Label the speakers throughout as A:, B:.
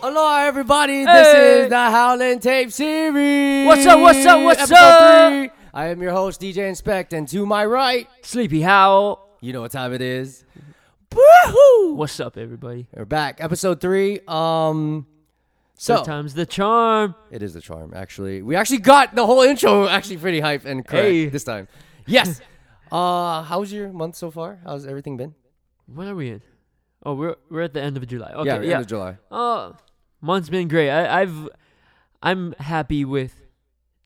A: Hello, everybody. This
B: Hey.
A: is the Howling Tape Series.
B: What's up, what's up, what's
A: Episode
B: up?
A: three. I am your host, DJ Inspect, and to my right,
B: Sleepy Howl.
A: you know what time it is. Woohoo!
B: What's up, everybody?
A: We're back. Episode three. Um, so
B: Sometimes the charm.
A: it is the charm, actually. We actually got the whole intro actually pretty hype and correct
B: Hey.
A: this time. Yes. uh, how's your month so far? How's everything been?
B: When are we in? Oh, we're we're at the end of July. Okay,
A: yeah,
B: yeah.
A: we're end of July.
B: Oh, month's been great. I, I've I'm happy with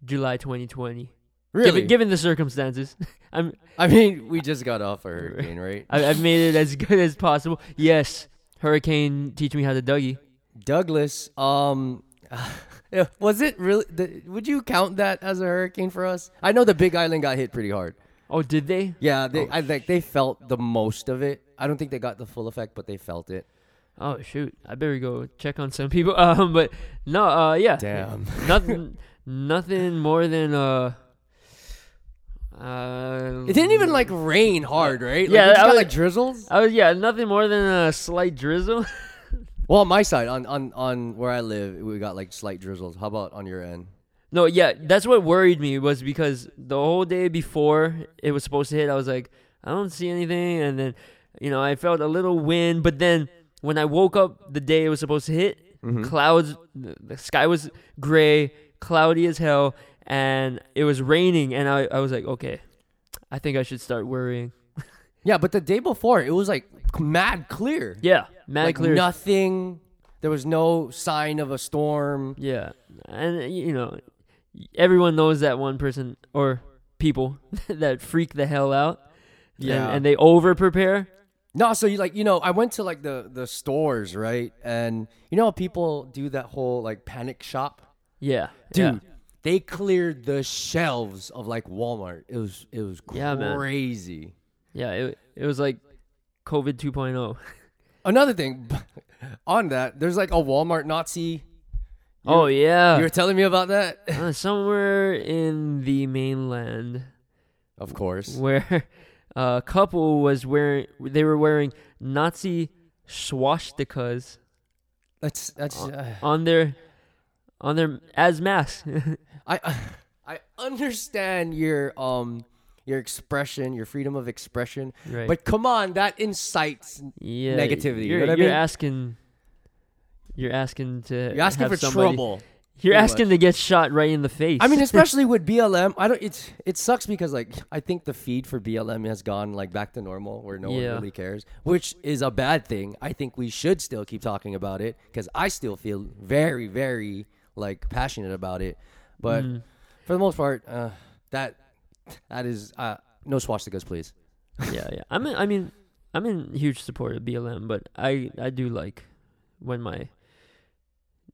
B: July 2020.
A: Really?
B: Given, given the circumstances, I'm
A: I mean, we just got off a hurricane, right?
B: I, I've made it as good as possible. Yes, Hurricane, teach me how to Dougie.
A: Douglas, um, yeah, was it really? The, would you count that as a hurricane for us? I know the Big Island got hit pretty hard.
B: Oh, did they?
A: Yeah, they, I think they felt the most of it. I don't think they got the full effect, but they felt it.
B: Oh shoot, I better go check on some people. Um, but no, uh, yeah,
A: Damn.
B: nothing, nothing more than uh, uh,
A: It didn't even like rain hard, right? Like,
B: Yeah,
A: it just
B: I
A: got
B: was-
A: like drizzles.
B: I was oh, yeah, nothing more than a slight drizzle.
A: Well, on my side, on on on where I live, we got like slight drizzles. How about on your end?
B: no, yeah, that's what worried me was because the whole day before it was supposed to hit, I was like, I don't see anything, and then you know I felt a little wind, but then when I woke up the day it was supposed to hit,
A: Mm-hmm.
B: clouds, the, the sky was gray, cloudy as hell, and it was raining, and I, I was like, okay, I think I should start worrying.
A: Yeah, but the day before, it was like mad clear.
B: Yeah, mad
A: like
B: clear.
A: nothing. There was no sign of a storm.
B: Yeah, and uh, you know, everyone knows that one person or people that freak the hell out. and-
A: Yeah.
B: and, they over prepare.
A: No, so you like you know, I went to like the the stores, right? And you know how people do that whole like panic shop?
B: Yeah, yeah.
A: Dude, they cleared the shelves of like Walmart. It was it was
B: Yeah, man.
A: crazy.
B: yeah. It it was like COVID oh. 2.0.
A: Another thing on that, there's like a Walmart Nazi.
B: oh yeah,
A: You were telling me about that?
B: Uh, somewhere in the mainland
A: Of course.
B: where uh, a couple was wearing they were wearing Nazi swastikas
A: That's that's uh,
B: on their on their as masks.
A: uh, I I understand your um your expression, your freedom of expression.
B: Right.
A: But come on, that incites
B: yeah,
A: negativity, you
B: You're,
A: know what I
B: you're
A: mean?
B: asking. You're asking to.
A: you're asking
B: have
A: for
B: somebody-
A: trouble.
B: You're
A: pretty
B: asking to get shot right in the face.
A: I mean, especially with BLM, I don't. It's it sucks because like I think the feed for BLM has gone like back to normal where no
B: Yeah.
A: one really cares, which is a bad thing. I think we should still keep talking about it because I still feel very, very like passionate about it. But for the most part, uh, that that is uh, no swastikas, please.
B: yeah, yeah. I mean, I mean, I'm in huge support of BLM, but I I do like when my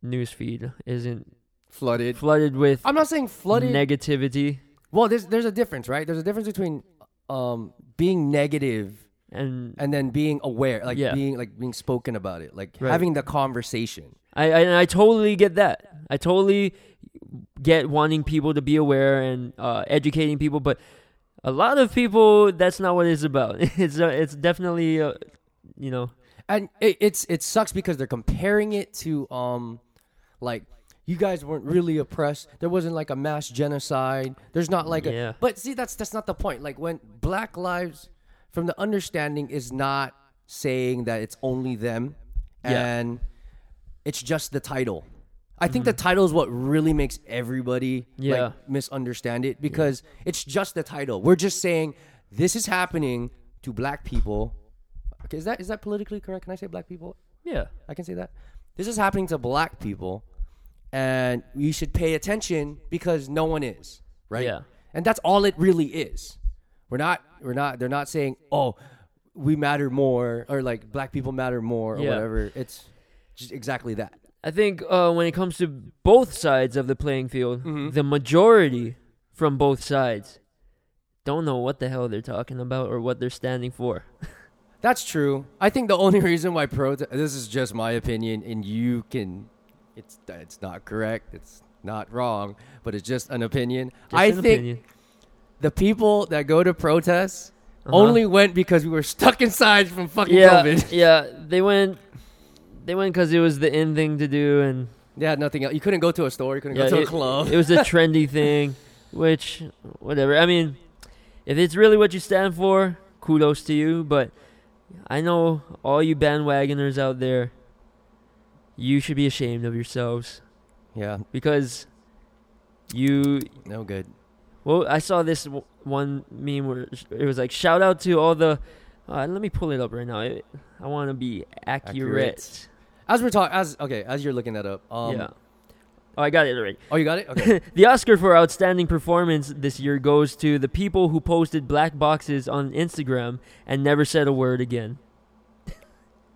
B: news feed isn't
A: Flooded.
B: flooded with
A: I'm not saying flooded.
B: negativity
A: well, there's there's a difference, right? There's a difference between um, being negative
B: and
A: and then being aware, like
B: Yeah.
A: being like being spoken about it, like
B: Right.
A: having the conversation.
B: I, I and I totally get that. I totally get wanting people to be aware and uh, educating people, but a lot of people that's not what it's about. It's uh, it's definitely uh, you know
A: and it, it's it sucks because they're comparing it to um like you guys weren't really oppressed there wasn't like a mass genocide there's not like
B: Yeah.
A: a but see that's that's not the point like when black lives from the understanding is not saying that it's only them
B: Yeah.
A: and it's just the title i think the title is what really makes everybody
B: Mm-hmm. Yeah.
A: like misunderstand it because it's just the title we're just saying this is happening to black people Okay, is that is that politically correct? Can I say black people?
B: yeah
A: I can say that. This is happening to black people, and we should pay attention because no one is right.
B: Yeah.
A: and that's all it really is. We're not. We're not. They're not saying, "Oh, we matter more," or like black people matter more, or
B: Yeah.
A: whatever. It's just exactly that.
B: I think uh, when it comes to both sides of the playing field,
A: Mm-hmm.
B: the majority from both sides don't know what the hell they're talking about or what they're standing for.
A: That's true. I think the only reason why protest. This is just my opinion, and you can. It's it's not correct. It's not wrong, but it's just an opinion.
B: Just
A: I
B: an
A: think
B: opinion.
A: the people that go to protests only went because we were stuck inside from fucking
B: Uh-huh. yeah,
A: COVID.
B: yeah, they went They went because it was the in thing to do, and
A: Yeah, nothing else. You couldn't go to a store. You couldn't
B: Yeah,
A: go to
B: it-
A: a club.
B: it was the trendy thing. Which, whatever. I mean, if it's really what you stand for, kudos to you. But I know all you bandwagoners out there, you should be ashamed of yourselves
A: yeah,
B: because you
A: no good.
B: Well, I saw this w- one meme where sh- it was like, "Shout out to all the." Uh, let me pull it up right now. It, I want to be accurate.
A: Accurate. As we're talking, as okay, as you're looking that up. Um,
B: yeah. Oh, I got it already.
A: Oh, you got it. Okay.
B: The Oscar for Outstanding Performance this year goes to the people who posted black boxes on Instagram and never said a word again.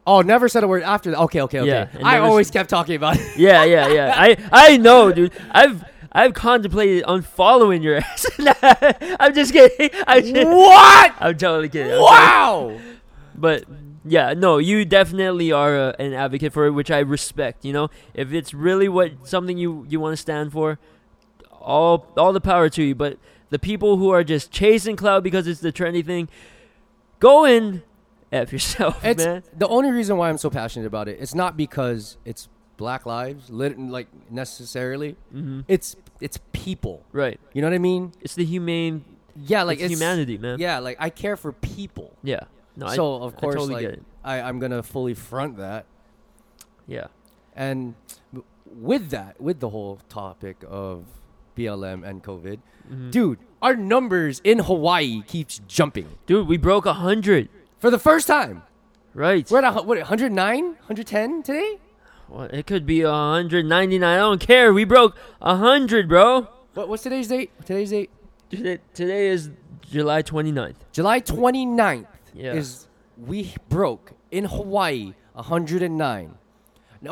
A: oh, never said a word after that. Okay, okay, okay.
B: Yeah, and
A: I
B: never
A: always kept talking about it.
B: Yeah, yeah, yeah. I I know, dude. I've I've contemplated unfollowing your ass. I'm just kidding. I just,
A: what?
B: I'm totally kidding. I'm totally
A: Wow.
B: But yeah, no, you definitely are a, an advocate for it, which I respect. You know, if it's really what something you you want to stand for, all all the power to you. But the people who are just chasing cloud because it's the trendy thing, go in f yourself,
A: It's
B: man.
A: the only reason why I'm so passionate about it. It's not because it's Black Lives, lit, like necessarily.
B: hmm
A: It's it's people.
B: Right.
A: You know what I mean?
B: It's the humane.
A: Yeah, like
B: it's
A: it's,
B: humanity, man.
A: Yeah, like I care for people.
B: Yeah. No. I-
A: so of course,
B: totally get
A: like
B: it.
A: I, I'm gonna fully front that.
B: yeah.
A: And w- with that, with the whole topic of BLM and COVID,
B: Mm-hmm.
A: dude, our numbers in Hawaii keeps jumping
B: Dude, we broke a hundred.
A: for the first time.
B: Right.
A: We're at a, hu- what 109, 110 today.
B: Well, it could be a hundred ninety nine. I don't care. We broke a hundred, bro.
A: What, what's today's date? Today's date,
B: Today, today is July 29th.
A: July 29th,
B: Yeah.
A: is we broke in Hawaii 109.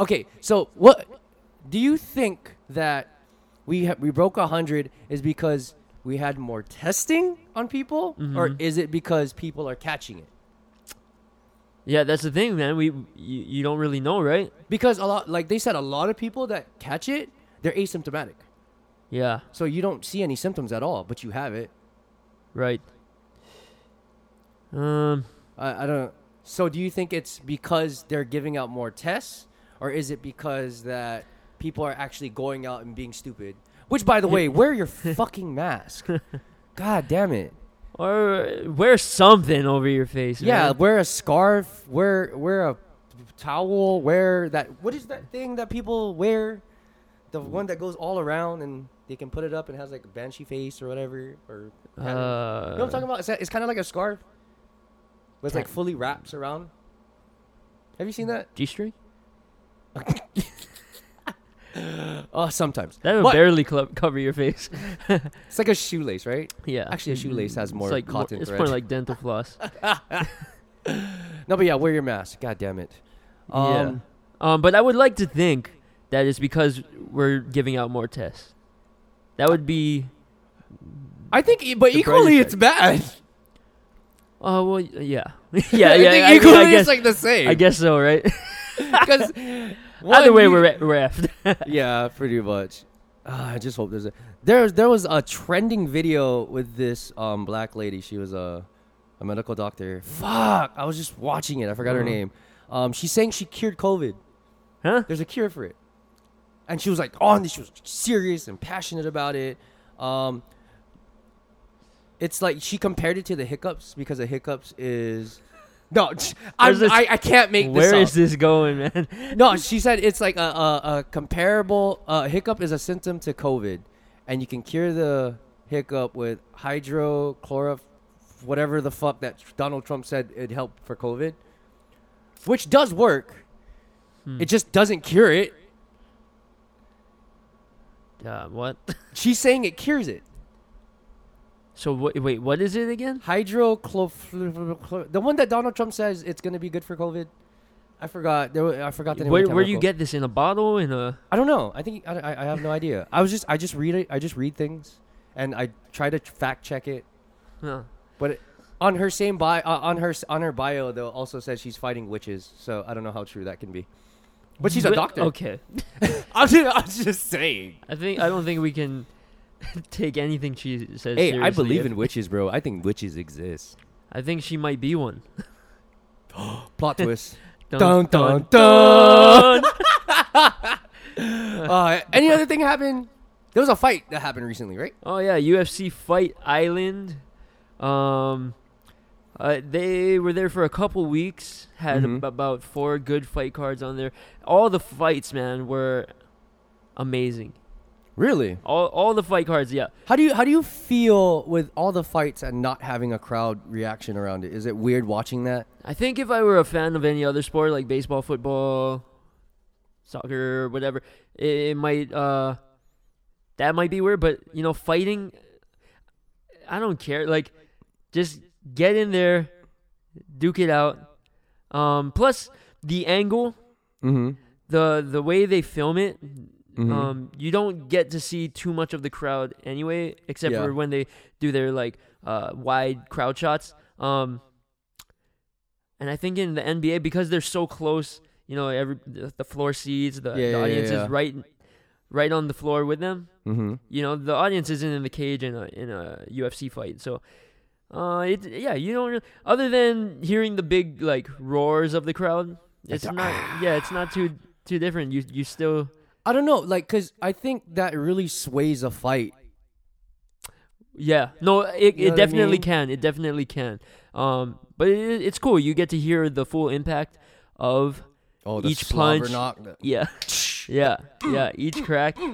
A: Okay, so what do you think that we ha- we broke 100 is because we had more testing on people, or is it because people are catching it?
B: Yeah, that's the thing, man. We you, you don't really know, right?
A: Because a lot, like they said, a lot of people that catch it, they're asymptomatic.
B: Yeah,
A: So you don't see any symptoms at all, but you have it.
B: right. Um,
A: I, I don't. So do you think it's because they're giving out more tests, or is it because that people are actually going out and being stupid? Which, by the way, wear your fucking mask. God damn it.
B: or wear something over your face.
A: Yeah,
B: man.
A: wear a scarf. Wear wear a towel. Wear that. What is that thing that people wear? The one that goes all around and they can put it up and has like a banshee face or whatever. Or pattern. you know what I'm talking
B: Uh,
A: about? It's, it's kind of like a scarf, but it's like
B: Ten-
A: fully wraps around. Have you seen that?
B: G-string?
A: Oh, sometimes.
B: That would
A: But
B: barely club, cover your face.
A: it's like a shoelace, right?
B: yeah.
A: Actually, a shoelace has more
B: it's like mo-
A: cotton
B: It's
A: thread.
B: more like dental floss.
A: no, but yeah, wear your mask. God damn it. Um,
B: yeah. Um, but I would like to think that it's because we're giving out more tests. That would be.
A: I think, e- but
B: The
A: equally,
B: brighter
A: it's bad.
B: Oh well, yeah, yeah, yeah.
A: I think
B: I mean,
A: equally,
B: I guess,
A: it's like the same.
B: I guess so, right?
A: Because
B: Either way, we're at, we're effed.
A: yeah, pretty much. Ah, I just hope there's a there's there was a trending video with this um black lady. She was a a medical doctor. Fuck, I was just watching it. I forgot her
B: Mhm.
A: name. Um, she's saying she cured COVID.
B: huh?
A: There's a cure for it, and she was like on this. She was serious and passionate about it. Um, it's like she compared it to the hiccups because the hiccups is no, I'm,
B: There's this-
A: I I can't make this
B: Where
A: up.
B: is this going, man?
A: No, she said it's like a, a, a comparable uh, hiccup is a symptom to COVID, and you can cure the hiccup with hydrochloro, whatever the fuck that Donald Trump said it helped for COVID, which does work.
B: Hmm.
A: It just doesn't cure it.
B: Uh, what?
A: She's saying it cures it.
B: So wha- wait, what is it again?
A: Hydrochlor, the one that Donald Trump says it's going to be good for COVID. I forgot. There, wa- I forgot the name.
B: Where
A: of the
B: where do you
A: chemical.
B: get this in a bottle? In a
A: I don't know. I think I, I, I have no idea. I was just I just read it. I just read things, and I try to fact check it.
B: huh.
A: But it, on her same bio, uh, on her s- on her bio, though, also says she's fighting witches. So I don't know how true that can be. But she's a
B: Wh-
A: doctor.
B: Okay,
A: I'm, just, I'm just saying.
B: I think I don't think we can take anything she says.
A: Hey, I
B: seriously.
A: believe
B: If-
A: in witches, bro. I think witches exist.
B: I think she might be one.
A: Plot twist. Dun, dun,
B: dun.
A: Uh, any other thing happened? There was a fight that happened recently, right?
B: Oh yeah, UFC Fight Island. Um, uh, they were there for a couple weeks. Had
A: Mhm.
B: ab- about four good fight cards on there. All the fights, man, were amazing.
A: Really?
B: All all the fight cards, yeah.
A: How do you how do you feel with all the fights and not having a crowd reaction around it? Is it weird watching that?
B: I think if I were a fan of any other sport like baseball, football, soccer, whatever, it, it might uh that might be weird, but you know, fighting I don't care. Like just get in there, duke it out. Um plus the angle,
A: Mm-hmm.
B: the the way they film it,
A: Mhm.
B: um you don't get to see too much of the crowd anyway, except
A: Yeah.
B: for when they do their like uh wide crowd shots. Um and I think in the NBA because they're so close, you know, every the the floor seats, the,
A: Yeah, yeah,
B: the
A: yeah,
B: audience
A: yeah.
B: is right right on the floor with them.
A: Mm-hmm.
B: You know, the audience isn't in the cage in a in a UFC fight. So uh it yeah, you don't really, other than hearing the big like roars of the crowd, it's not yeah, it's not too too different. You you still
A: I don't know, like, cause I think that really sways a fight.
B: Yeah, no, it,
A: You know
B: it
A: what I
B: definitely
A: mean?
B: can. It definitely can. Um, but it, it's cool. You get to hear the full impact of
A: Oh,
B: the Each slobber punch-
A: knock.
B: knock yeah, yeah, yeah. Each crack.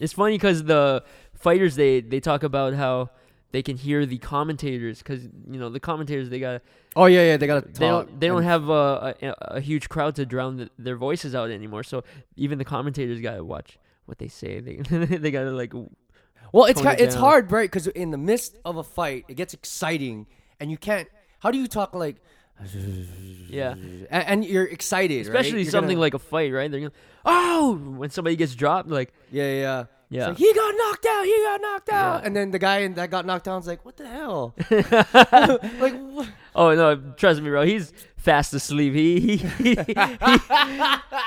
B: It's funny because the fighters they they talk about how they can hear the commentators because you know the commentators they got
A: Oh yeah, yeah, they got to
B: they don't they don't have a, a a huge crowd to drown the, their voices out anymore. So even the commentators gotta watch what they say. They they gotta like
A: Well, it's
B: tone
A: kind,
B: it
A: it's
B: down.
A: hard, right? Because in the midst of a fight, it gets exciting, and you can't. How do you talk like?
B: yeah.
A: And, and you're excited, right?
B: especially
A: You're
B: something
A: gonna-
B: like a fight, right? They're gonna, oh, when somebody gets dropped, like
A: yeah, yeah, yeah. It's
B: Yeah.
A: like, he got knocked out. He got knocked out.
B: Yeah.
A: And then the guy in- that got knocked down is like, "What the hell?" like, wh-
B: oh no, trust me, bro, he's fast asleep. He he he,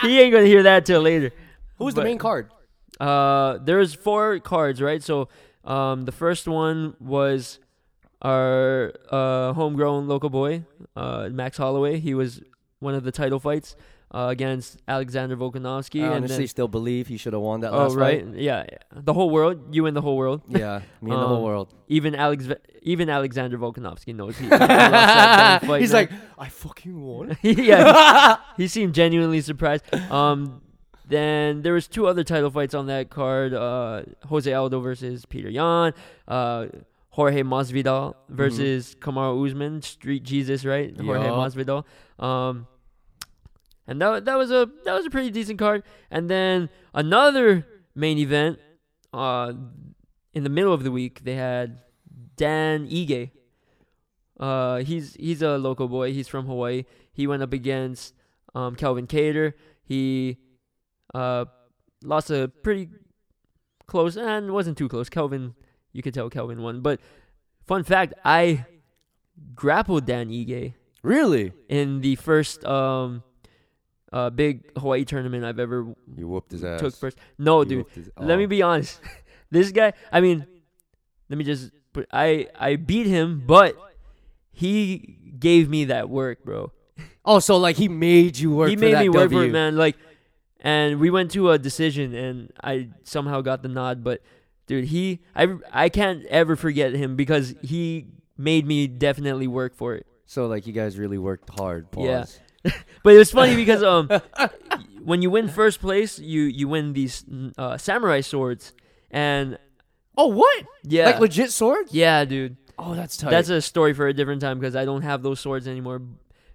B: he ain't gonna hear that till later.
A: who's the
B: But-
A: main card?
B: Uh, there's four cards, right? So, um, the first one was our uh homegrown local boy, uh, Max Holloway. He was one of the title fights. Uh, against Alexander Volkanovski,
A: I
B: and
A: honestly
B: then,
A: still believe he should have won that
B: oh
A: last
B: right,
A: fight.
B: yeah, the whole world, you and the whole world.
A: Yeah, me and the whole
B: Um,
A: world.
B: Even Alex, even Alexander Volkanovski knows he. he lost that damn fight,
A: He's
B: man.
A: like, I fucking won.
B: yeah, he, he seemed genuinely surprised. Um, then there was two other title fights on that card: uh, Jose Aldo versus Peter Yan, uh, Jorge Masvidal versus Kamaru Usman, Street Jesus, right? Jorge
A: Yup.
B: Masvidal. Um, and that that was a that was a pretty decent card. And then another main event, uh, in the middle of the week they had Dan Ige. Uh, he's he's a local boy. He's from Hawaii. He went up against um, Calvin Cater. He uh, lost a pretty close and wasn't too close. Calvin, you could tell Calvin won. But fun fact, I grappled Dan Ige
A: really?
B: in the first um, uh, big Hawaii tournament I've ever w-
A: You whooped his ass.
B: took first. No,
A: You
B: dude.
A: whooped his-
B: Let me
A: oh.
B: be honest. this guy, I mean, let me just put I I beat him, but he gave me that work, bro.
A: Oh, so like he made you work.
B: he
A: for
B: made
A: that
B: me work for
A: W.
B: it, man. Like and we went to a decision and I somehow got the nod, but dude, he I I can't ever forget him because he made me definitely work for it.
A: So like you guys really worked hard. Pause.
B: Yeah. But it was funny because um when you win first place, you you win these uh, samurai swords and
A: Oh what?
B: yeah.
A: Like legit swords?
B: yeah, dude.
A: Oh, that's tight.
B: That's a story for a different time because I don't have those swords anymore.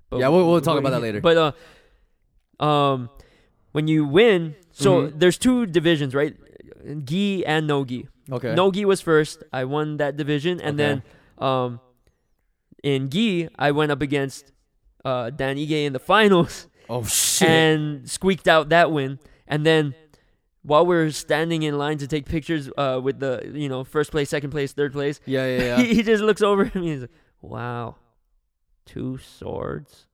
B: But
A: Yeah, we'll- we'll talk about that later.
B: But uh, um, when you win, so
A: Mhm.
B: there's two divisions, right? Gi and no gi.
A: okay.
B: No gi was first. I won that division, and
A: Okay.
B: then um, in gi, I went up against uh Dan Ige in the finals
A: Oh shit.
B: and squeaked out that win. And then while we we're standing in line to take pictures uh with the you know first place, second place, third place
A: yeah, yeah, yeah.
B: he, he just looks over at me and he's like, wow, two swords?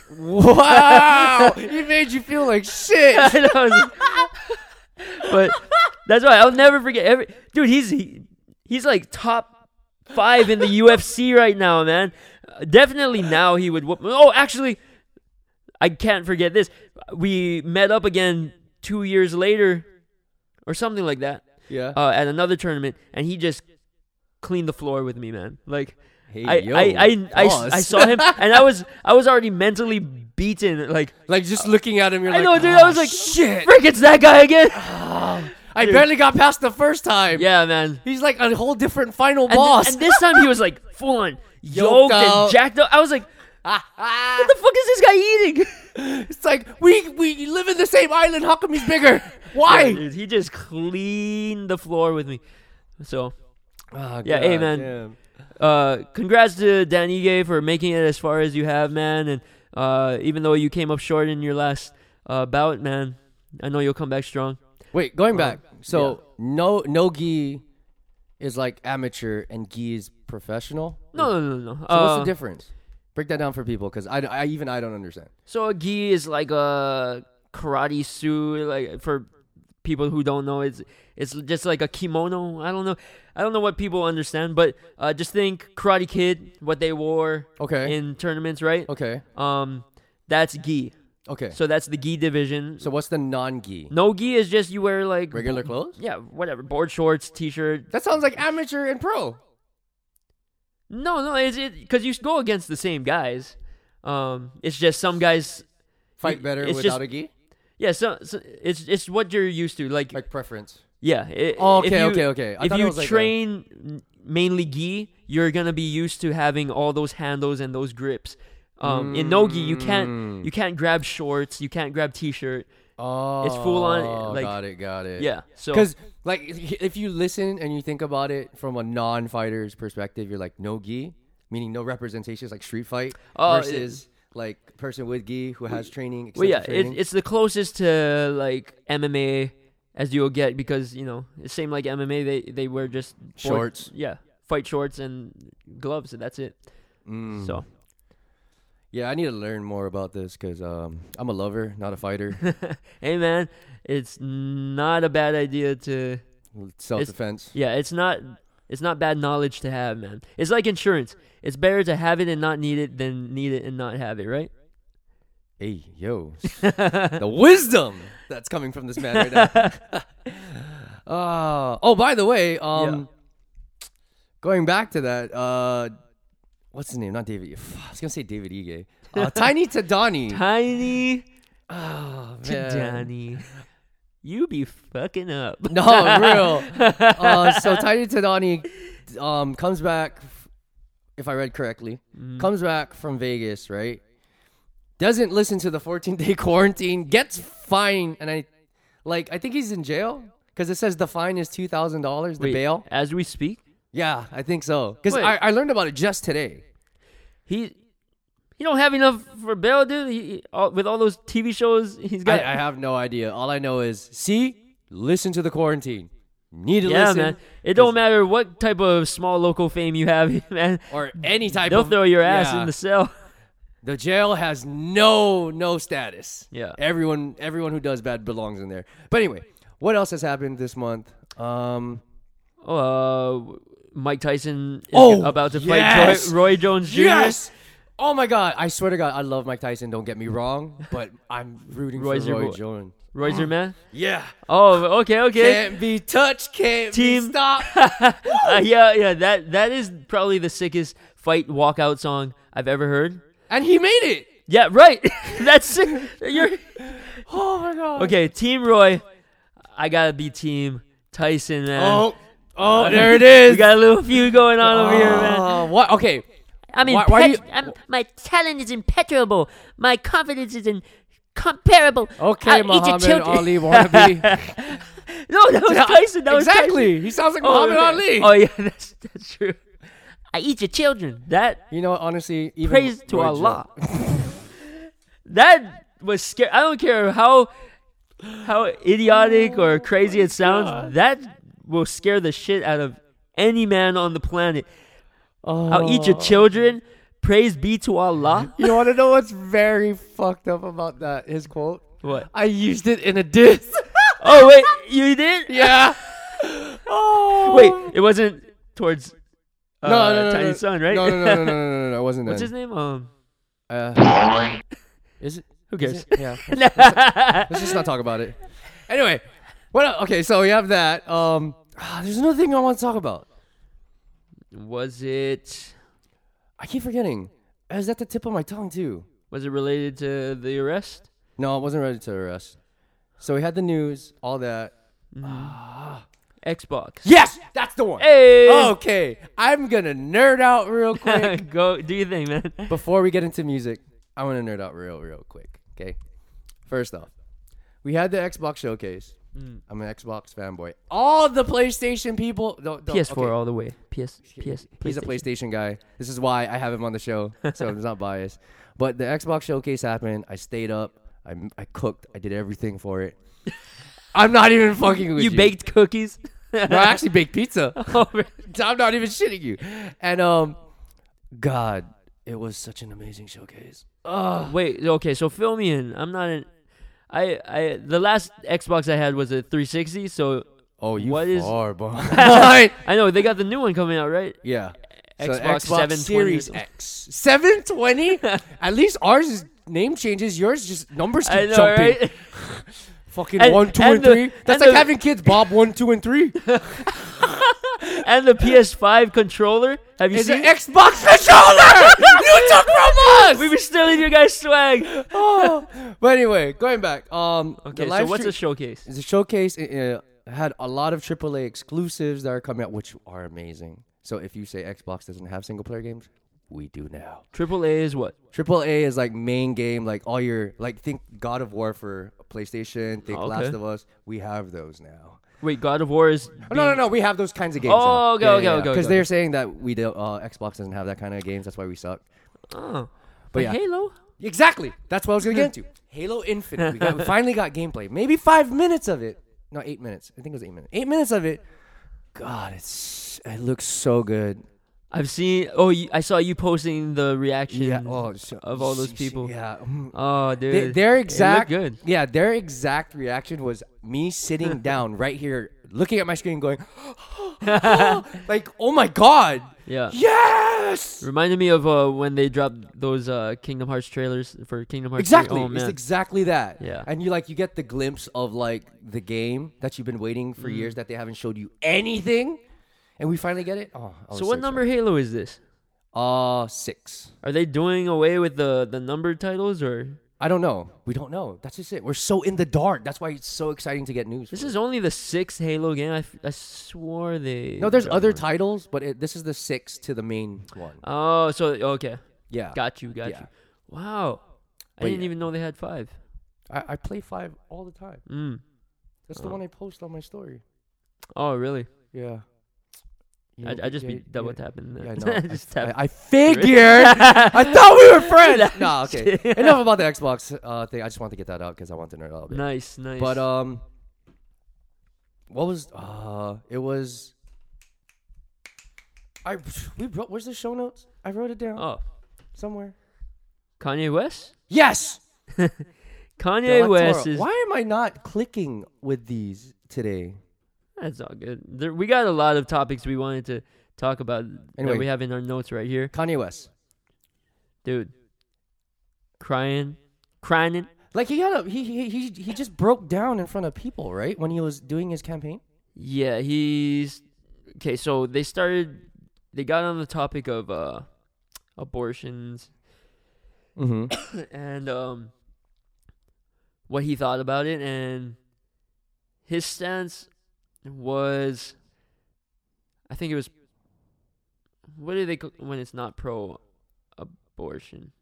A: wow. He made you feel like shit.
B: And I was like- but that's why I'll never forget. Every Dude, he's he, he's like top five in the UFC right now, man. Uh, definitely now he would whoop. Oh, actually, I can't forget this. We met up again two years later, or something like that,
A: Yeah.
B: uh, at another tournament, and he just cleaned the floor with me, man. Like
A: hey,
B: I,
A: yo,
B: I, I, I,
A: pause.
B: I saw him, and I was I was already mentally beaten. Like
A: like just looking at him. You're
B: I
A: like,
B: know, dude.
A: "Ah,
B: I was like,
A: shit. Ah.
B: frick, it's that guy again.
A: I
B: dude.
A: barely got past the first time.
B: yeah, man.
A: He's like a whole different final
B: And, thi-
A: boss.
B: and this time he was like full on
A: Yoked
B: yoked
A: out.
B: and jacked up. I was like, what the fuck is this guy eating?
A: it's like we we live in the same island. How come he's bigger? Why?
B: Yeah, dude, he just cleaned the floor with me. So,
A: Oh,
B: Yeah, hey,
A: God
B: man.
A: damn.
B: uh, congrats to Dan Ige for making it as far as you have, man. And uh, even though you came up short in your last uh, bout, man, I know you'll come back strong.
A: Wait, going back. So no no gi is like amateur and gi is professional.
B: No, no, no, no.
A: So what's
B: Uh,
A: the difference? Break that down for people, because I, I even I don't understand.
B: So a gi is like a karate suit, like for people who don't know, it's it's just like a kimono. I don't know, I don't know what people understand, but uh, just think Karate Kid, what they wore
A: Okay.
B: in tournaments, right?
A: okay.
B: Um, that's gi.
A: Okay. So,
B: So that's the gi division. So
A: what's the non gi?
B: no gi is just you wear like
A: Regular clothes?
B: yeah, whatever, board shorts, t-shirt.
A: That sounds like amateur and pro.
B: No, no, it's it because you go against the same guys. Um, it's just some guys.
A: Fight better
B: it's
A: without
B: just-
A: a gi?
B: Yeah, so, so it's it's what you're used to, like
A: Like preference.
B: Yeah. i-
A: Oh,
B: if
A: okay,
B: you-
A: okay, okay. I
B: if
A: thought it
B: you
A: was like a-
B: train n- mainly gi, you're gonna be used to having all those handles and those grips. Um, In no gi, you
A: Mm.
B: can't you can't grab shorts, you can't grab t-shirt.
A: Oh,
B: full on, like-
A: got it, got it.
B: Yeah. So
A: Because like if you listen and you think about it from a non-fighter's perspective, you're like no gi, meaning no representations like street fight
B: Oh, it-
A: versus like person with gi who has training.
B: well, yeah,
A: extensive
B: it,
A: training.
B: it's the closest to like MMA as you'll get because you know it's same like MMA. They they wear just board-
A: Shorts.
B: yeah, fight shorts and gloves, and that's it.
A: Mm.
B: So
A: yeah. I need to learn more about this because um, I'm a lover, not a fighter.
B: hey, man, it's not a bad idea to
A: Self-defense.
B: Yeah, it's not it's not bad knowledge to have, man. It's like insurance. It's better to have it and not need it than need it and not have it, right?
A: Hey, yo, the wisdom that's coming from this man right now. Uh, oh, by the way, um, going back to that, uh, what's his name? Not David. I was gonna say David Ige. Uh, Tiny Tadani.
B: Tiny
A: Oh
B: to Danny. You be fucking up.
A: No, real. Uh, so Tiny Tadani um, comes back, if I read correctly,
B: Mm-hmm.
A: comes back from Vegas, right? Doesn't listen to the 14 day quarantine, gets fined, and I, like, I think he's in jail because it says the fine is two thousand dollars, the
B: Wait,
A: bail.
B: As we speak,
A: Yeah, I think so. Because
B: Wait.
A: I, I learned about it just today.
B: he he don't have enough for bail, dude. He, he- all, with all those TV shows, he's
A: I,
B: got.
A: I have no idea. All I know is see, listen to the quarantine. Need to
B: yeah,
A: listen,
B: man. It don't matter what type of small local fame you have, man.
A: or any type
B: They'll
A: of
B: throw your ass
A: yeah.
B: in the cell.
A: The jail has no no status.
B: Yeah.
A: Everyone everyone who does bad belongs in there. But anyway, what else has happened this month? Um
B: uh, Mike Tyson is
A: Oh,
B: about to
A: yes!
B: fight Roy, Roy Jones Jr.
A: Yes. Oh my god, I swear to god I love Mike Tyson, don't get me wrong, but I'm rooting
B: Roy's
A: for
B: your
A: Roy
B: boy.
A: Jones.
B: Roy's your man.
A: Yeah.
B: Oh, okay, okay.
A: Mm. Can't be touched, can't be
B: Team-
A: stopped.
B: Uh, yeah, yeah. That that is probably the sickest fight walkout song I've ever heard.
A: and he made it.
B: Yeah, right. That's sick. You're
A: Oh my god.
B: okay. Team Roy, I gotta be Team Tyson, man.
A: Oh, oh there it is.
B: We got a little feud going on over here, man.
A: Oh, what okay.
B: I'm
A: why- why do
B: impet-
A: you-
B: I'm, my talent is impeccable. My confidence is incomparable. Uh,
A: Okay,
B: I'll eat your
A: Muhammad
B: children-
A: Ali wannabe.
B: No, that was Tyson. That was Tyson.
A: exactly. He sounds like Muhammad Ali.
B: okay. Oh yeah, that's that's true. I eat your children. That
A: You know, what, honestly, even
B: praise to
A: Roy
B: Allah. that was scary. I don't care how how idiotic
A: Oh
B: or crazy it sounds. That will scare the shit out of any man on the planet.
A: Oh.
B: I'll eat your children. Praise be to Allah.
A: You want to know what's very fucked up about that? His quote.
B: What?
A: I used it in a diss.
B: Oh wait, you did?
A: yeah. Oh.
B: Wait, it wasn't towards uh,
A: No, no, no, no,
B: Tiny
A: no.
B: Son, right?
A: No, no, no, no, no, no, no, no, no. It wasn't
B: What's his
A: that.
B: name? Um,
A: Uh, is it?
B: Who cares?
A: Yeah. Let's just not talk about it. Anyway, what? el- Okay, so we have that. Um, ah, there's another thing I want to talk about.
B: was it
A: I keep forgetting. It was at the tip of my tongue too.
B: was it related to the arrest?
A: No, I wasn't ready to arrest. So we had the news, all that.
B: Xbox.
A: Yes, that's the one.
B: Hey.
A: Okay, I'm gonna nerd out real quick
B: Go do your thing, man.
A: before we get into music. I want to nerd out real, real quick. Okay, first off, we had the Xbox showcase.
B: Mm.
A: I'm an Xbox fanboy. All the PlayStation people. Don't, don't,
B: PS4
A: okay.
B: all the way. PS PS
A: He's a
B: PlayStation.
A: PlayStation guy. This is why I have him on the show, so it's not biased. But the Xbox showcase happened. I stayed up. I, I cooked. I did everything for it. I'm not even fucking with you.
B: You baked cookies?
A: No, I actually baked pizza.
B: Oh, really?
A: I'm not even shitting you. And um, God, it was such an amazing showcase. Ugh.
B: Wait, okay, so fill me in. I'm not in I I the last Xbox I had was a 360, so
A: Oh, you
B: What is-
A: far behind.
B: I know they got the new one coming out, right?
A: yeah.
B: Xbox 720.
A: Series X. 720? At least ours is name changes. Yours just numbers keep
B: I know,
A: jumping.
B: right?
A: Fucking
B: And-
A: one, two, and,
B: and the-
A: three. That's
B: and
A: like
B: the-
A: having kids, Bob, one, two, and three.
B: And the PS5 controller. Have you
A: It's
B: seen?
A: an Xbox controller! you took from us!
B: we were stealing your guys' swag.
A: Oh. But anyway, going back. Um,
B: Okay,
A: the
B: so
A: live
B: what's
A: stream-
B: a showcase?
A: the showcase uh, uh, had a lot of AAA exclusives that are coming out, which are amazing. So if you say Xbox doesn't have single player games, we do now.
B: Triple A is what?
A: AAA is like main game, like all your like think God of War for PlayStation, think
B: Oh, okay.
A: Last of Us. We have those now.
B: Wait, God of War is.
A: Oh, no, no, no. We have those kinds of games.
B: Oh, okay, okay, okay,
A: Because
B: okay.
A: they're saying that we do, uh, Xbox doesn't have that kind of games. That's why we suck.
B: Oh,
A: But
B: but
A: yeah.
B: Halo.
A: Exactly. That's what I was gonna get into. Halo Infinite. We, got, we finally got gameplay. Maybe five minutes of it. No, eight minutes. I think it was eight minutes. Eight minutes of it. God, it's it looks so good.
B: I've seen. Oh, you, I saw you posting the reaction.
A: Yeah. Oh, so-
B: of all those people.
A: Yeah. mm.
B: Oh, dude.
A: They- their exact
B: It looked good.
A: yeah their exact reaction was me sitting down right here looking at my screen going like oh my god
B: Yeah.
A: yes
B: Reminded me of uh, when they dropped those uh, Kingdom Hearts trailers for Kingdom Hearts. 3.
A: exactly
B: Oh
A: it's
B: man.
A: exactly that
B: Yeah.
A: and you like you get the glimpse of like the game that you've been waiting
B: Mm.
A: for years that they haven't showed you anything and we finally get it oh I was
B: so what number
A: excited.
B: Halo is this?
A: uh six
B: Are they doing away with the the numbered titles or?
A: I don't know we don't know that's just it we're so in the dark that's why it's so exciting to get news
B: This
A: for it.
B: is only the sixth Halo game. I, f- I swore they.
A: no there's
B: dropped
A: other
B: one.
A: titles but it, this is the six to the main one
B: Oh, so okay.
A: yeah
B: Got you, got
A: Yeah.
B: you. Wow. I
A: But
B: didn't
A: yeah.
B: even know they had five.
A: I, I play five all the time.
B: Mm.
A: That's the one I post on my story.
B: Oh, really?
A: Yeah.
B: I, I just be double tapping.
A: Yeah,
B: that.
A: no, I,
B: just
A: I,
B: tap.
A: I figured. I thought we were friends. no, okay. Enough about the Xbox uh, thing. I just wanted to get that out because I want to nerd out a bit.
B: nice, nice.
A: But um, what was uh? It was. I we wrote. Where's the show notes? I wrote it down
B: oh,
A: somewhere.
B: Kanye West.
A: Yes.
B: Kanye
A: Del
B: West
A: Toro.
B: is.
A: Why am I not clicking with these today?
B: That's all good. There, we got a lot of topics we wanted to talk about
A: Anyway.
B: that we have in our notes right here,
A: Kanye West.
B: dude. Crying, crying.
A: Like he had a he he he he just broke down in front of people, right? When he was doing his campaign.
B: Yeah, he's okay. So they started. They got on the topic of uh, abortions
A: Mm-hmm.
B: and um, what he thought about it, and his stance was, I think it was, what do they call when it's not pro abortion?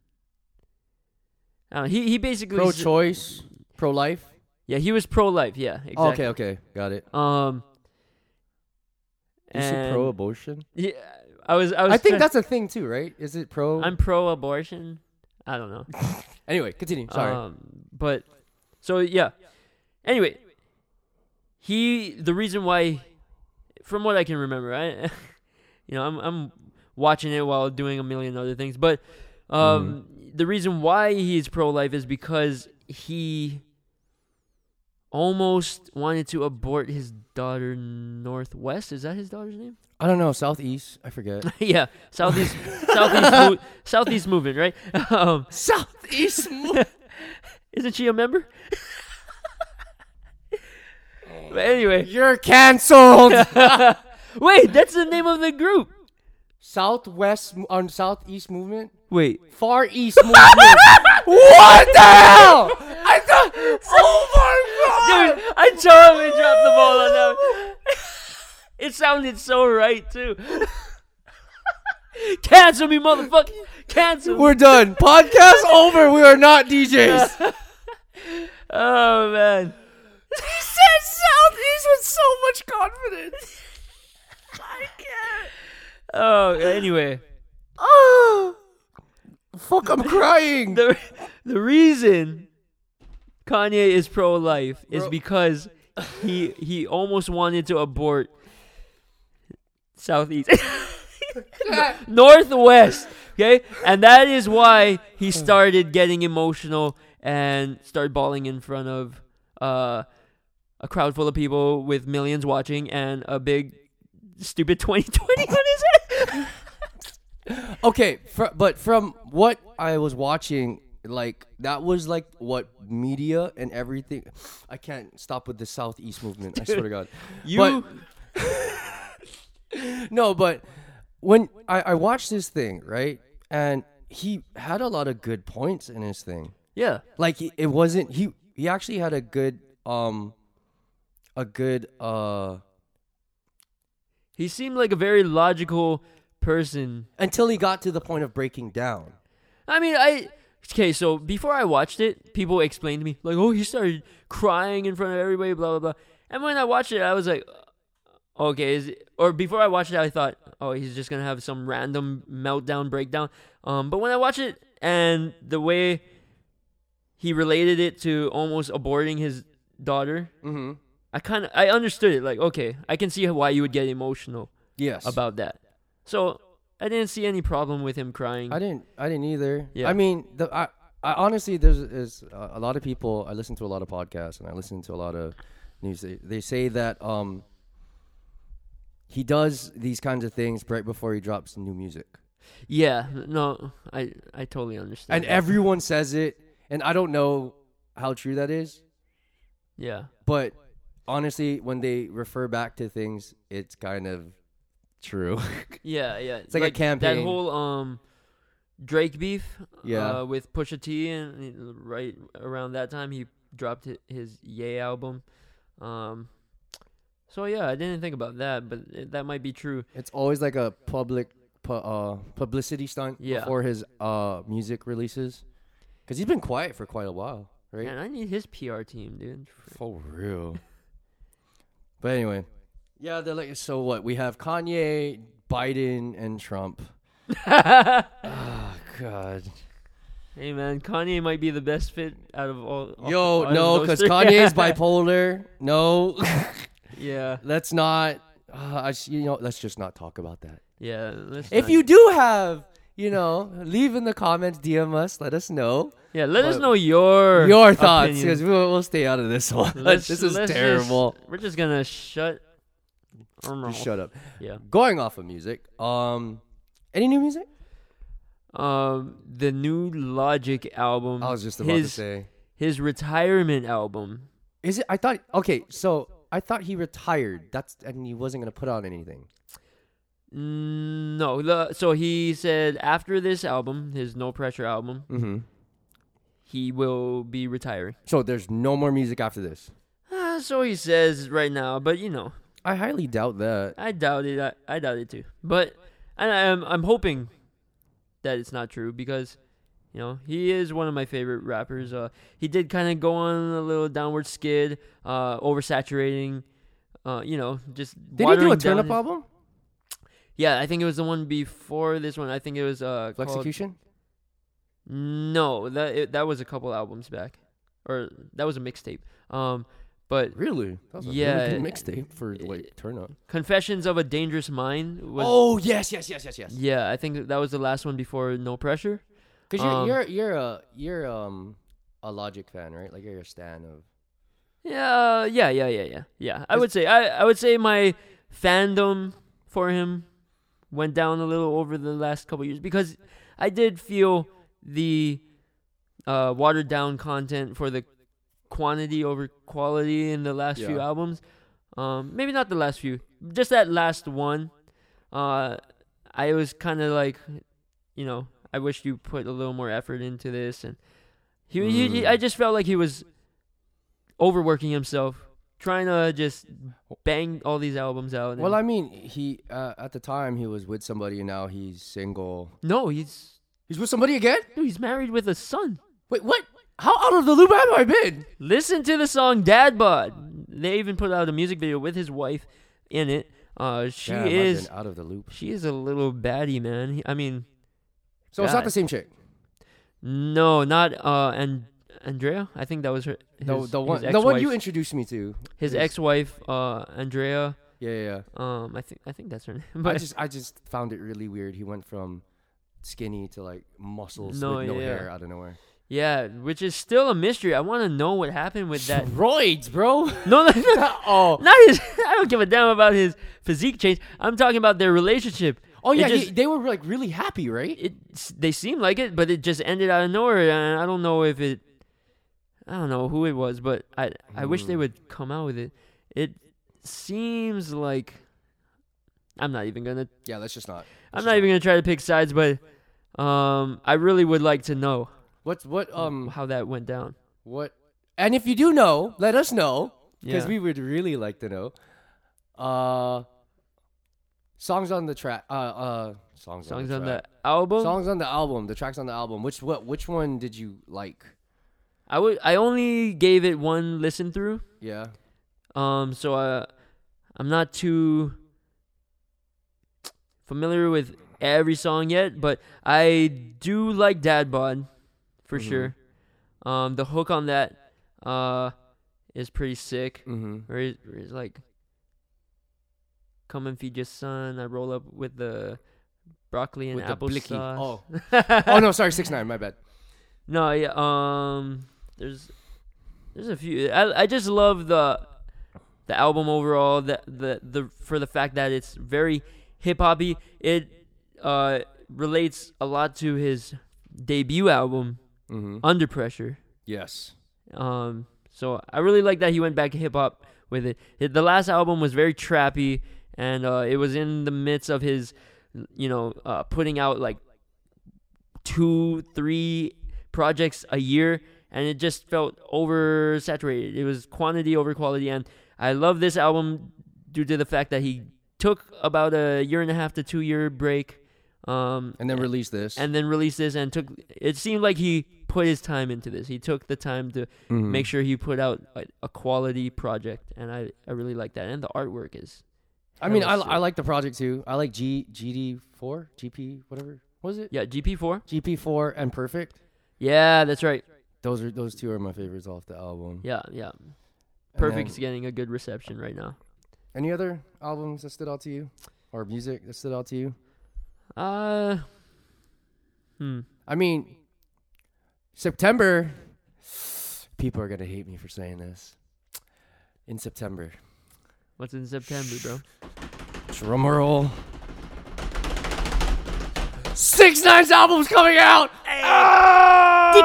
B: I don't know. Uh, He he basically s-
A: Pro-choice, pro-life. Oh,
B: yeah he was pro life yeah exactly
A: okay, okay, got it.
B: um
A: Is it
B: and-
A: pro-abortion?
B: yeah I was I was
A: I think
B: try-
A: that's a thing too, right? Is it pro?
B: I'm pro abortion I don't know
A: anyway, continue. Sorry.
B: Um, but so yeah. Anyway, he the reason why, from what I can remember, I, you know, I'm I'm watching it while doing a million other things, but um, the reason why he's pro life is because he almost wanted to abort his daughter Northwest. Is that his daughter's name?
A: I don't know. Southeast. I forget.
B: yeah, southeast southeast Mo- southeast movement, right? um,
A: Southeast.
B: Isn't she a member? but anyway,
A: Oh. You're canceled.
B: wait, that's the name of the group.
A: Southwest on Southeast Movement,
B: Wait,
A: Far East Movement. what the hell? I thought. Oh my god,
B: dude, I totally dropped the ball on that. one. it sounded so right too. Cancel me, motherfucker! Cancel. me.
A: We're done. Podcast over. We are not DJs.
B: Oh man.
A: He said Southeast with so much confidence. I can't.
B: Oh, anyway,
A: Oh. Fuck, I'm crying.
B: the the reason Kanye is pro life is
A: Bro.
B: because he he almost wanted to abort Southeast Northwest, okay? And that is why he started getting emotional and started bawling in front of uh a crowd full of people with millions watching and a big stupid 2020 on his head.
A: okay, fr- but from what I was watching, like that was like what media and everything. I can't stop with the Southeast movement. I swear to God.
B: You
A: But- no, but when I, I watched this thing, right, and he had a lot of good points in his thing.
B: Yeah.
A: Like he, it wasn't he. He actually had a good, um, a good uh
B: He seemed like a very logical person.
A: until he got to the point of breaking down.
B: I mean, I okay. So before I watched it, people explained to me like, "Oh, he started crying in front of everybody," blah blah blah. And when I watched it, I was like, uh, "Okay," is it, or before I watched it, I thought, "Oh, he's just gonna have some random meltdown breakdown." Um, but when I watched it and the way he related it to almost aborting his daughter,
A: Mm-hmm.
B: I kind of I understood it. Like, okay, I can see why you would get emotional
A: Yes.
B: about that. So I didn't see any problem with him crying.
A: I didn't. I didn't either.
B: Yeah.
A: I mean, the I, I honestly, there's is uh, a lot of people. I listen to a lot of podcasts and I listen to a lot of news. They, they say that um. He does these kinds of things right before he drops new music,
B: Yeah, no, I I totally understand.
A: and everyone says it. And I don't know how true that is,
B: yeah,
A: but honestly, when they refer back to things, it's kind of true.
B: yeah, yeah. It's
A: like a
B: That
A: campaign.
B: whole um Drake beef,
A: Yeah.
B: uh, with Pusha T, and uh, right around that time he dropped hi- his Yay album. Um, so yeah, I didn't think about that, but it, that might be true.
A: it's always like a public pu- uh, publicity stunt
B: Yeah.
A: before his uh, music releases because he's been quiet for quite a while right
B: Man, I need his PR team, dude.
A: for real but anyway yeah they're like so what we have kanye biden and trump oh god
B: Hey man, Kanye might be the best fit out of all. all
A: yo
B: out of
A: no
B: those
A: because
B: three.
A: kanye's bipolar no
B: yeah,
A: let's not uh, I, s- you know let's just not talk about that
B: yeah. let's
A: if
B: not-
A: you do have you know leave in the comments dm us let us know
B: yeah, let us
A: but-
B: know your
A: your thoughts
B: opinion.
A: because we'll, we'll stay out of this one. this is
B: let's just-
A: terrible.
B: we're just gonna shut. our mouth.
A: Just shut up.
B: Yeah.
A: Going off of music. Um, any new music?
B: Um, the new Logic album.
A: I was just about
B: his,
A: to say.
B: his retirement album.
A: Is it? I thought. Okay, so I thought he retired. That's and he wasn't gonna put out anything.
B: Mm, No, the, so he said after this album, his No Pressure album,
A: Mm-hmm.
B: he will be retiring.
A: So there's no more music after this.
B: Uh, so he says right now, but you know,
A: I highly doubt that.
B: I doubt it. I, I doubt it too. But I, I'm I'm hoping that it's not true because you know he is one of my favorite rappers. Uh, he did kind of go on a little downward skid, uh, oversaturating. Uh, you know, just
A: Did he do a
B: watering
A: turn
B: down
A: up
B: his-
A: album?
B: Yeah, I think it was the one before this one. I think it was uh called-
A: Execution.
B: No, that it, that was a couple albums back, or that was a mixtape. Um, but
A: Really? That was a
B: Yeah,
A: really good
B: it-
A: mixtape for like turn up.
B: Confessions of a Dangerous Mind was.
A: Oh yes, yes, yes, yes, yes.
B: Yeah, I think that was the last one before No Pressure.
A: Because you're
B: Um,
A: you're you're a you're um a Logic fan, right? Like you're a stan of.
B: Yeah, yeah, yeah, yeah, yeah, yeah. I would say I, I would say my fandom for him went down a little over the last couple years because I did feel the uh, watered down content for the quantity over quality in the last few
A: Yeah.
B: albums. Um, maybe not the last few, just that last one. Uh, I was kind of like, you know, I wish you put a little more effort into this, and he, he, he-
A: Mm.
B: I just felt like he was overworking himself, trying to just bang all these albums out.
A: Well,
B: and-
A: I mean, he uh, at the time he was with somebody, and now he's single.
B: no, he's
A: He's with somebody again?
B: dude, he's married with a son.
A: Wait, what? How out of the loop have I been?
B: Listen to the song Dad Bod. They even put out a music video with his wife in it. Uh, she
A: Damn, I've been
B: is
A: out of the loop.
B: she is a little baddie, man. He- I mean,
A: So it's not
B: God.
A: the same chick.
B: no, not uh, and Andrea. I think that was her. His,
A: The, the one,
B: his
A: the one you
B: ex-wife-
A: introduced me to.
B: his
A: is-
B: ex-wife, uh, Andrea.
A: Yeah, yeah. yeah.
B: Um, I think I think that's her name.
A: I
B: But
A: just, I just found it really weird. He went from skinny to like muscles
B: No,
A: with no
B: yeah.
A: hair out of nowhere.
B: yeah, which is still a mystery. I want to know what happened with that.
A: Roids, bro.
B: no, no, no,
A: oh,
B: not his. I don't give a damn about his physique change. I'm talking about their relationship.
A: oh
B: It
A: yeah. he-
B: just-
A: they were like really happy, right?
B: it s- they seem like it, but it just ended out of nowhere, and I don't know if it, I don't know who it was, but I I wish they
A: Hmm.
B: would come out with it. It seems like I'm not even gonna
A: Yeah, let's just not.
B: I'm
A: Let's
B: not
A: just
B: even gonna try to pick sides, but um I really would like to know
A: What? What? Um.
B: how that went down.
A: What? And if you do know, let us know because
B: Yeah,
A: we would really like to know. Uh, songs on the track. Uh, uh, songs,
B: songs
A: on the,
B: on the
A: track.
B: album.
A: songs on the album. The tracks on the album. Which what? Which one did you like?
B: I would I only gave it one listen through.
A: Yeah.
B: Um, so uh, I'm not too familiar with every song yet, but I do like Dad Bod for
A: Mhm.
B: sure. Um, the hook on that uh is pretty sick.
A: Mm-hmm.
B: Where he's, where he's like, "Come and feed your son." I roll up with the broccoli and
A: With the
B: apple
A: blicky.
B: sauce.
A: Oh. oh no, sorry, six nine. My bad.
B: No, yeah. Um, there's there's a few. I I just love the the album overall. The the the for the fact that it's very hip hoppy. It uh relates a lot to his debut album
A: Mm-hmm.
B: Under Pressure.
A: Yes.
B: Um, so I really like that he went back hip hop with it. It- The last album was very trappy, and uh, it was in the midst of his, you know, uh, putting out like two, three projects a year, and it just felt oversaturated. It was quantity over quality, and I love this album due to the fact that he took about a year and a half to two year break. Um,
A: And then release this.
B: and then released this and took it seemed like he put his time into this he took the time to
A: Mhm.
B: make sure he put out a, a quality project and I, I really like that and the artwork is
A: I mean, I,
B: hella
A: I
B: sick.
A: like the project too. I like G GD four GP whatever was it
B: yeah gp4
A: GP four and Perfect.
B: yeah that's right
A: Those are those two are my favorites off the album.
B: yeah yeah
A: And
B: perfect's
A: then-
B: getting a good reception right now
A: Any other albums that stood out to you, or music that stood out to you?
B: uh hmm
A: I mean, September. People are gonna hate me for saying this. In September,
B: what's in september bro
A: drum roll. Six Nine's album's coming out. Ah!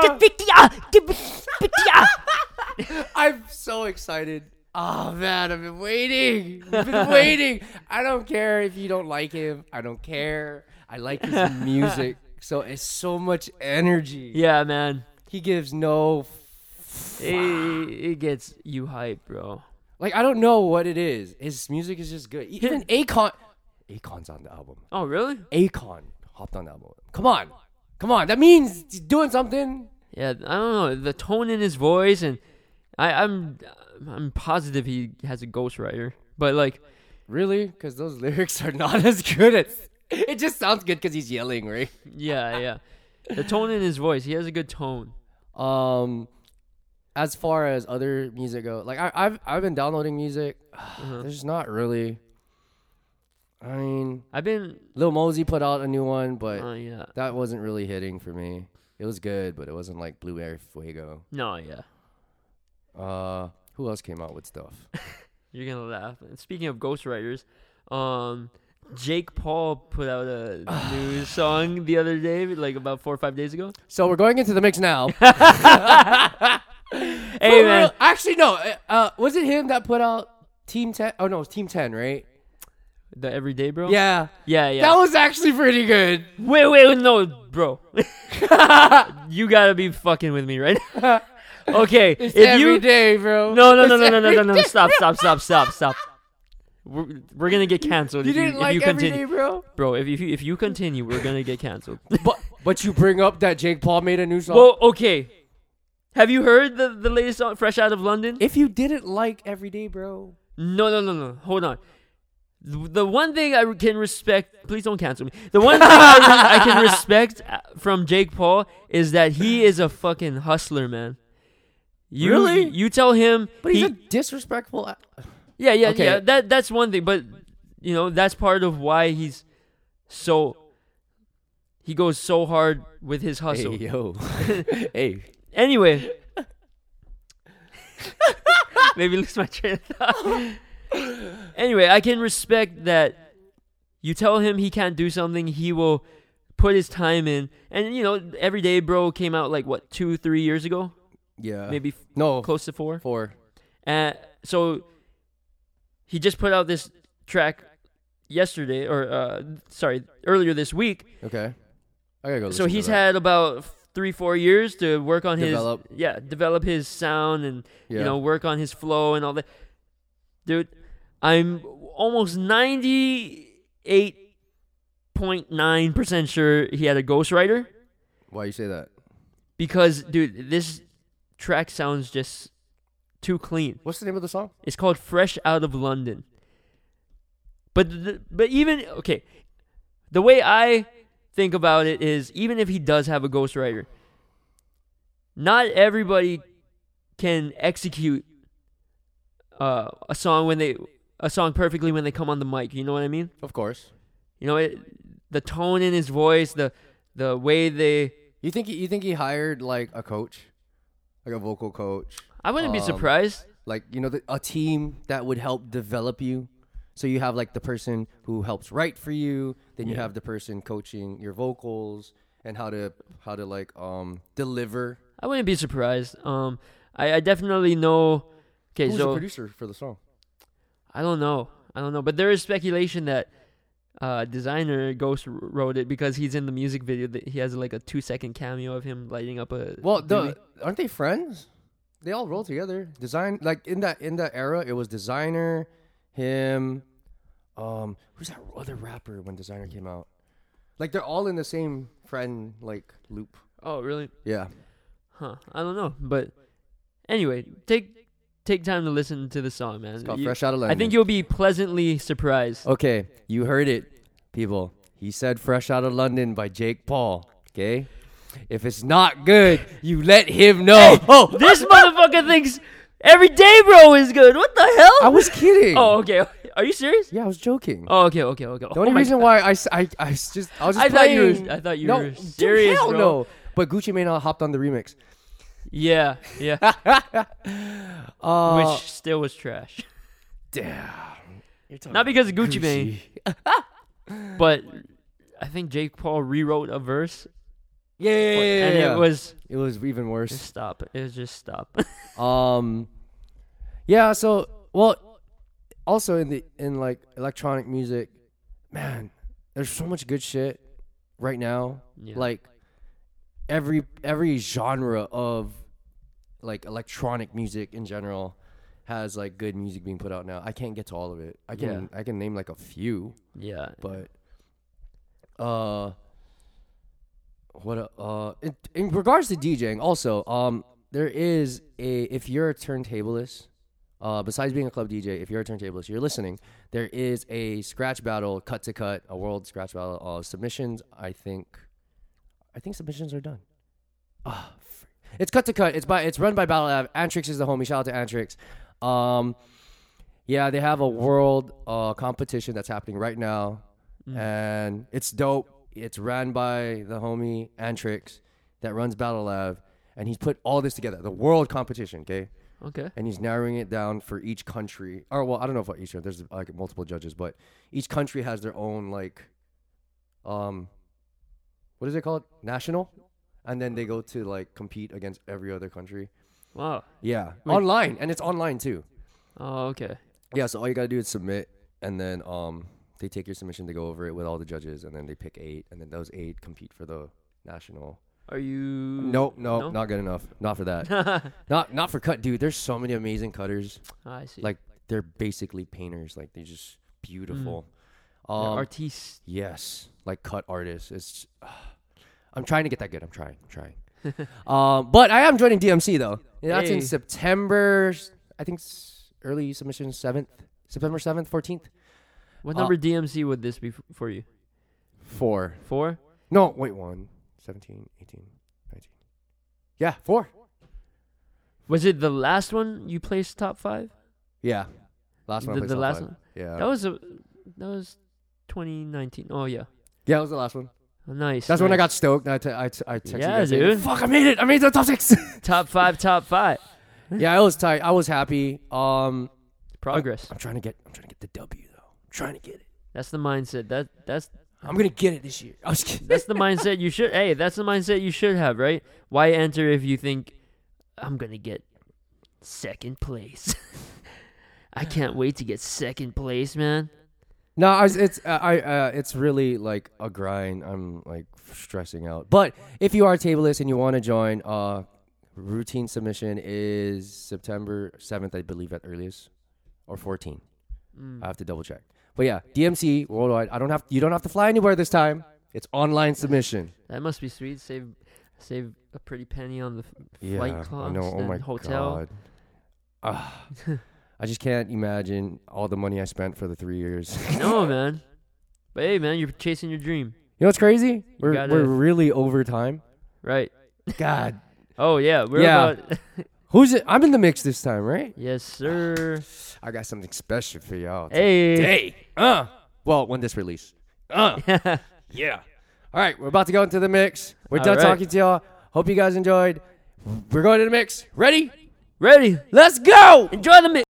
A: I'm so excited. Oh man, I've been waiting. I've been waiting. I don't care if you don't like him. I don't care. I like his music. So it's so much energy.
B: yeah man
A: He gives no
B: it, it gets you hype bro
A: like I don't know what it is. His music is just good. Even Akon Akon's on the album.
B: oh really
A: Akon hopped on the album. Come on. Come on. That means he's doing something.
B: Yeah, I don't know the tone in his voice, and I, I'm I'm positive he has a ghostwriter. But like,
A: Really? Cuz those lyrics are not as good as It just sounds good cuz he's yelling, right?
B: yeah, yeah, the tone in his voice, he has a good tone.
A: Um, as far as other music go, like I, I've I've been downloading music. There's not really. I mean,
B: I've been,
A: Lil Mosey put out a new one, but
B: oh yeah,
A: that wasn't really hitting for me. It was good, but it wasn't like Blueberry Fuego.
B: no, yeah,
A: Uh, who else came out with stuff?
B: you're gonna laugh. And speaking of ghostwriters, um, Jake Paul put out a new song the other day, like about four or five days ago.
A: So we're going into the mix now.
B: Hey
A: For
B: man,
A: real- Actually, no. uh, Uh, was it him that put out Team Ten? Oh no, it was Team Ten, right?
B: the everyday bro.
A: Yeah.
B: yeah, yeah.
A: That was actually pretty good.
B: Wait, wait, wait, no, bro. you gotta be fucking with me right now. Okay,
A: It's
B: if you
A: every day, bro.
B: no no no
A: It's
B: no no no no
A: every
B: no
A: day.
B: stop stop stop stop stop. We're, we're gonna get canceled
A: You
B: if you,
A: didn't
B: if
A: like
B: you
A: every
B: continue,
A: day, bro.
B: bro. If, if you if you continue, we're gonna get canceled.
A: But but you bring up that Jake Paul made a new song.
B: well, okay. Have you heard the the latest song, "Fresh Out of London"?
A: if you didn't like every day, bro.
B: No, no, no, no. Hold on. The the one thing I can respect, please don't cancel me. The one thing I, I can respect uh, from Jake Paul is that he is a fucking hustler, man. You,
A: Really?
B: You tell him,
A: But he's
B: he-
A: a disrespectful. a-
B: yeah, yeah,
A: Okay.
B: yeah. That that's one thing, but you know that's part of why he's so. He goes so hard with his hustle.
A: Hey yo. hey.
B: Anyway. Maybe lose my train of thought. anyway, I can respect that you tell him he can't do something, he will put his time in. And, you know, Everyday Bro came out like, what, two, three years ago?
A: Yeah.
B: Maybe f-
A: no.
B: close to four.
A: Four.
B: Uh, so he just put out this track yesterday, or, uh, sorry, earlier this week.
A: Okay. I gotta go.
B: so
A: listen to
B: he's
A: that.
B: had about three four years to work on
A: Develop.
B: his yeah develop his sound and
A: Yeah.
B: you know work on his flow and all that dude i'm almost 98.9% sure he had a ghostwriter
A: Why you say that?
B: because dude this track sounds just too clean
A: What's the name of the song?
B: it's called Fresh Out of London. But the, but even okay, the way I think about it is even if he does have a ghostwriter, not everybody can execute uh, a song when they a song perfectly when they come on the mic. You know what I mean?
A: Of course.
B: You know it, the tone in his voice, the the way they.
A: You think he, you think he hired like a coach, like a vocal coach,
B: I wouldn't be
A: Um,
B: surprised.
A: like you know the, a team that would help develop you. So you have like the person who helps write for you, then you have the person coaching your vocals and how to how to like um deliver.
B: I wouldn't be surprised. Um, I, I definitely know. Okay,
A: Who's
B: so
A: the producer for the song?
B: I don't know. I don't know. But there is speculation that uh, designer Ghost wrote it because he's in the music video. That he has like a two second cameo of him lighting up a.
A: Well,
B: doobie.
A: the, aren't they friends? They all roll together. Design like in that in that era, it was designer, him, um, who's that other rapper when designer came out? Like they're all in the same friend like loop.
B: Oh really?
A: Yeah.
B: Huh. I don't know. But anyway, take take time to listen to the song, man.
A: called
B: You-
A: Fresh Outta
B: I think
A: London.
B: you'll be pleasantly surprised.
A: Okay, you heard it, people. He said "Fresh Out of London" by Jake Paul. Okay, if it's not good, you let him know. oh,
B: This motherfucker thinks every day, bro, is good. What the hell?
A: I was kidding.
B: Oh okay. Are you serious?
A: yeah, I was joking.
B: Oh okay okay okay.
A: The only
B: oh my
A: reason
B: God.
A: why I, s- I- I s- just I was just
B: I thought you were-
A: playing.
B: I thought you
A: no,
B: were
A: dude,
B: serious,
A: hell
B: bro.
A: no. But Gucci Mane all hopped on the remix.
B: Yeah yeah.
A: Uh, Oh.
B: Which still was trash.
A: damn.
B: Not because of Gucci, Mane, but I think Jake Paul rewrote a verse,
A: Yeah, yeah, yeah, yeah,
B: and
A: yeah.
B: it was
A: it was even worse.
B: just stop. It was just stop.
A: Um, yeah. So, well, also in the in like electronic music, man, there's so much good shit right now.
B: Yeah.
A: Like every every genre of like electronic music in general has like good music being put out now. I can't get to all of it. I can I can name like a few,
B: yeah,
A: but uh what a- uh in, in regards to DJing also um there is a if you're a turntablist uh besides being a club DJ if you're a turntablist you're listening there is a scratch battle cut to cut a world scratch battle uh submissions I think I think submissions are done ah fr- it's cut to cut it's by it's run by Battle Lab Antrix is the homie shout out to Antrix um yeah, they have a world uh, competition that's happening right now, and it's dope. It's ran by the homie Antrix that runs Battle Lab, and he's put all this together. The world competition, okay?
B: Okay.
A: and he's narrowing it down for each country. Or well, I don't know if each there's like multiple judges, but each country has their own like, um, what is it called? National, and then they go to like compete against every other country.
B: Wow.
A: Yeah,
B: Wait.
A: online, and it's online too.
B: Oh, okay.
A: Yeah, so all you gotta do is submit, and then um, they take your submission, they go over it with all the judges, and then they pick eight, and then those eight compete for the national.
B: Are you?
A: Nope, nope,
B: No?
A: not good enough. Not for that.
B: I
A: not not for cut, dude. There's so many amazing cutters.
B: Ah, see.
A: Like they're basically painters. Like they're just beautiful.
B: Mm. Yeah,
A: Um,
B: artiste.
A: yes, like cut artists. It's. I'm trying to get that good. I'm trying. I'm trying. um, but I am joining DMC though. Yeah, that's
B: Hey.
A: in September. s- I think s- early submission seventh, September seventh, fourteenth.
B: What
A: uh,
B: number DMC would this be f- for you?
A: Four.
B: Four.
A: No, wait, one. 17, 18, 19. Yeah, four.
B: Was it the last one you placed top five?
A: Yeah. Last one. I
B: The-
A: placed
B: the
A: top
B: last
A: five.
B: one?
A: Yeah.
B: That was a. That was 2019. Oh yeah.
A: yeah, that was the last one.
B: Nice.
A: That's when I
B: nice.
A: got stoked. I, t- I, t- I texted
B: Yeah,
A: you guys, saying,
B: dude.
A: Fuck, I made it. I made the top six.
B: top five. Top five.
A: yeah, I was tight. I was happy. Um,
B: Progress.
A: I'm trying to get. I'm trying to get the W though. I'm trying to get it.
B: That's the mindset. That that's
A: I'm gonna get it this year. I was kidding.
B: that's the mindset you should. Hey, that's the mindset you should have, right? Why enter if you think I'm gonna get second place? I can't wait to get second place, man.
A: No, I was, it's uh, I uh, it's really like a grind. I'm like stressing out. But if you are tableless and you want to join, uh, routine submission is September seventh, I believe, at earliest, or 14.
B: Mm.
A: I have to double check. But yeah, DMC worldwide. I don't have you don't have to fly anywhere this time. It's online submission.
B: That must be sweet. Save save a pretty penny on the f-
A: Yeah,
B: flight costs
A: I know. Oh
B: and
A: my
B: hotel.
A: god. Ah, I just can't imagine all the money I spent for the three years.
B: No, man. But hey, man, you're chasing your dream,
A: You know what's crazy? We're
B: gotta-
A: we're really over time.
B: right?
A: God.
B: Oh yeah, we're
A: Yeah.
B: about
A: Who's it? I'm in the mix this time, right?
B: yes, sir.
A: I got something special for y'all.
B: Hey,
A: Hey. Uh. Well, when this release. Uh. yeah. All right, we're about to go into the mix. We're
B: All
A: done
B: right.
A: talking to y'all. Hope you guys enjoyed. We're going to the mix. Ready?
B: ready?
A: Let's go.
B: Enjoy the mix.